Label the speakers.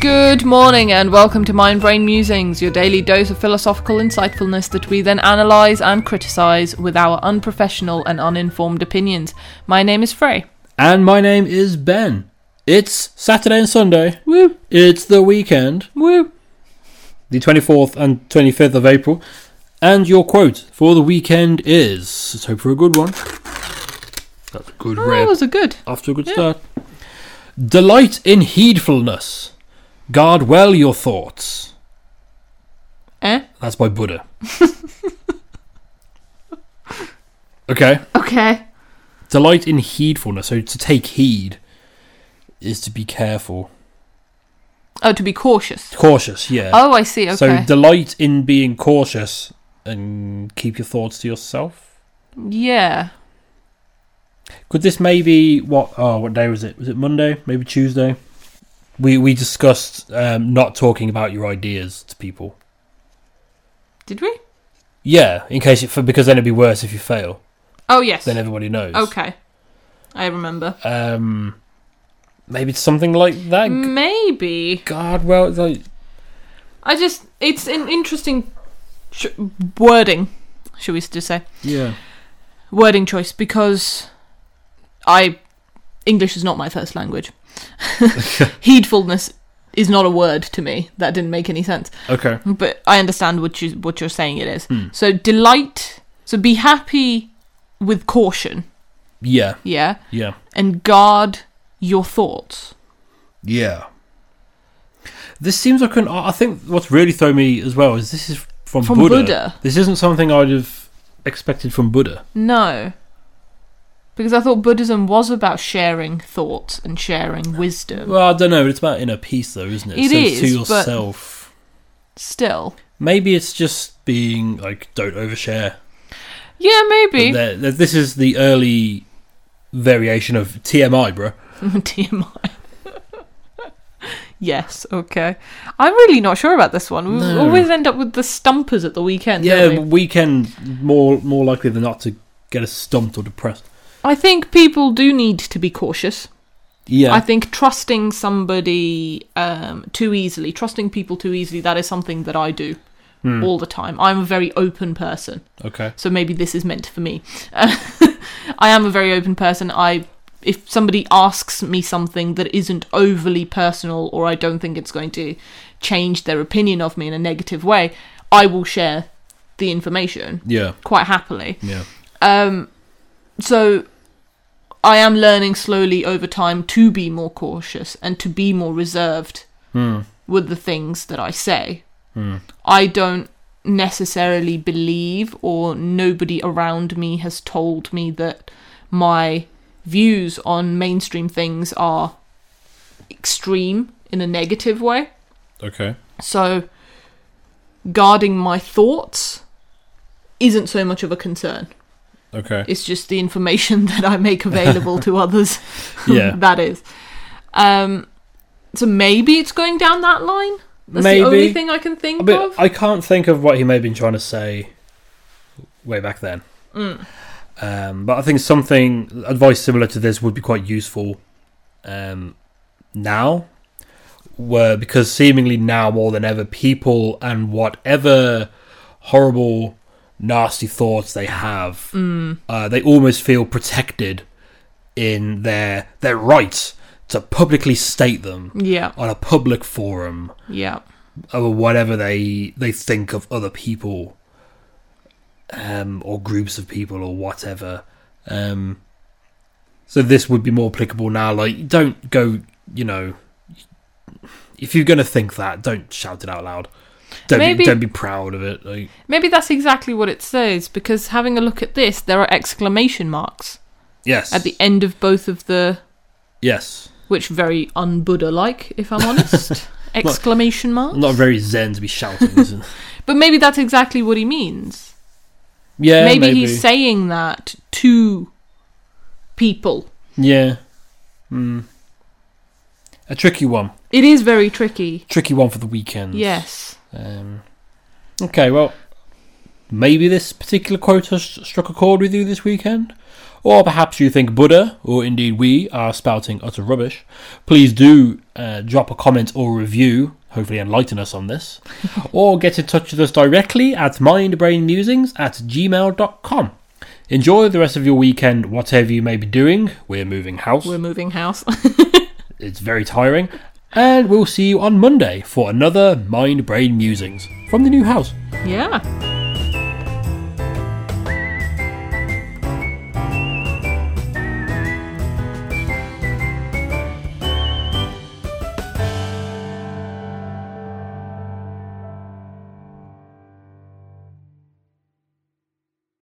Speaker 1: Good morning and welcome to Mind Brain Musings, your daily dose of philosophical insightfulness that we then analyse and criticise with our unprofessional and uninformed opinions. My name is Frey.
Speaker 2: And my name is Ben. It's Saturday and Sunday.
Speaker 1: Woo,
Speaker 2: It's the weekend,
Speaker 1: woo.
Speaker 2: the 24th and 25th of April. And your quote for the weekend is let's hope for a good one. That's a good
Speaker 1: Oh,
Speaker 2: rib.
Speaker 1: those are good.
Speaker 2: Off to a good
Speaker 1: Yeah.
Speaker 2: start. Delight in heedfulness. Guard well your thoughts.
Speaker 1: Eh?
Speaker 2: That's by Buddha. okay.
Speaker 1: Okay.
Speaker 2: Delight in heedfulness. So to take heed is to be careful.
Speaker 1: Oh, to be cautious.
Speaker 2: Cautious, yeah.
Speaker 1: Oh, I see. Okay.
Speaker 2: So delight in being cautious and keep your thoughts to yourself.
Speaker 1: yeah.
Speaker 2: Could this maybe what? Oh, what day was it? Was it Monday? Maybe Tuesday. We we discussed um, not talking about your ideas to people.
Speaker 1: Did we?
Speaker 2: Yeah, in case it for because then it'd be worse if you fail.
Speaker 1: Oh, yes.
Speaker 2: Then everybody knows.
Speaker 1: Okay. I remember.
Speaker 2: Um, maybe it's something like that.
Speaker 1: Mm. Maybe.
Speaker 2: God, well, it's like
Speaker 1: I just it's an interesting sh- wording, should we just say
Speaker 2: yeah,
Speaker 1: wording choice because I English is not my first language. Heedfulness is not a word to me. That didn't make any sense,
Speaker 2: okay,
Speaker 1: but I understand what you what you're saying. It is
Speaker 2: Hmm.
Speaker 1: so delight. So be happy with caution,
Speaker 2: yeah,
Speaker 1: yeah,
Speaker 2: yeah,
Speaker 1: and guard your thoughts.
Speaker 2: yeah. This seems like an. I think what's really thrown me as well is this is from,
Speaker 1: From
Speaker 2: Buddha.
Speaker 1: Buddha.
Speaker 2: This isn't something I'd have expected from Buddha.
Speaker 1: No. Because I thought Buddhism was about sharing thoughts and sharing wisdom.
Speaker 2: Well, I don't know. It's about inner peace, though, isn't it?
Speaker 1: It
Speaker 2: so it's to
Speaker 1: is, but-
Speaker 2: yourself.
Speaker 1: still.
Speaker 2: Maybe it's just being like, don't overshare.
Speaker 1: Yeah, maybe.
Speaker 2: There- there- This is the early variation of TMI, bro.
Speaker 1: TMI. yes, okay. I'm really not sure about this one. We
Speaker 2: No.
Speaker 1: always end up with the stumpers at the weekend,
Speaker 2: Yeah,
Speaker 1: don't we?
Speaker 2: weekend more more likely than not to get us stumped or depressed.
Speaker 1: I think people do need to be cautious.
Speaker 2: Yeah,
Speaker 1: I think trusting somebody um, too easily, trusting people too easily, that is something that I do
Speaker 2: Hmm.
Speaker 1: all the time. I'm a very open person.
Speaker 2: okay.
Speaker 1: so maybe this is meant for me. I am a very open person. I if somebody asks me something that isn't overly personal or I don't think it's going to change their opinion of me in a negative way, I will share the information
Speaker 2: Yeah,
Speaker 1: quite happily.
Speaker 2: yeah,
Speaker 1: Um, so I am learning slowly over time to be more cautious and to be more reserved with the things that I say. I don't necessarily believe, or nobody around me has told me that my views on mainstream things are extreme in a negative way.
Speaker 2: okay.
Speaker 1: So, guarding my thoughts isn't so much of a concern.
Speaker 2: Okay.
Speaker 1: It's just the information that I make available to others.
Speaker 2: Yeah.
Speaker 1: that is. Um, so maybe it's going down that line. That's
Speaker 2: Maybe.
Speaker 1: the only thing I can think
Speaker 2: But
Speaker 1: of.
Speaker 2: I can't think of what he may have been trying to say way back then.
Speaker 1: Mm.
Speaker 2: Um, but I think something advice similar to this would be quite useful um, now, where because seemingly now more than ever, people and whatever horrible, nasty thoughts they have, uh, they almost feel protected in their their right to publicly state them
Speaker 1: yeah,
Speaker 2: on a public forum
Speaker 1: yeah,
Speaker 2: or whatever they they think of other people um or groups of people or whatever um so this would be more applicable now like don't go you know if you're gonna think that don't shout it out loud don't
Speaker 1: Maybe-
Speaker 2: be, don't be proud of it like
Speaker 1: maybe that's exactly what it says. Because having a look at this, there are exclamation marks
Speaker 2: yes
Speaker 1: at the end of both of the,
Speaker 2: yes
Speaker 1: which very un-Buddha-like, if I'm honest. exclamation marks.
Speaker 2: not very zen to be shouting is it?
Speaker 1: But maybe that's exactly what he means.
Speaker 2: yeah
Speaker 1: maybe,
Speaker 2: maybe,
Speaker 1: he's saying that to people.
Speaker 2: yeah Hmm. a tricky one
Speaker 1: It is very tricky.
Speaker 2: tricky one for the weekend
Speaker 1: Yes.
Speaker 2: Um, okay, well, maybe this particular quote has struck a chord with you this weekend, Or perhaps you think Buddha, or indeed we, are spouting utter rubbish. Please do uh, drop a comment or review, hopefully enlighten us on this. or get in touch with us directly at mindbrainmusings at gmail.com. Enjoy the rest of your weekend, whatever you may be doing. We're moving house.
Speaker 1: We're moving house.
Speaker 2: It's very tiring. And we'll see you on Monday for another Mind Brain Musings from the new house.
Speaker 1: yeah.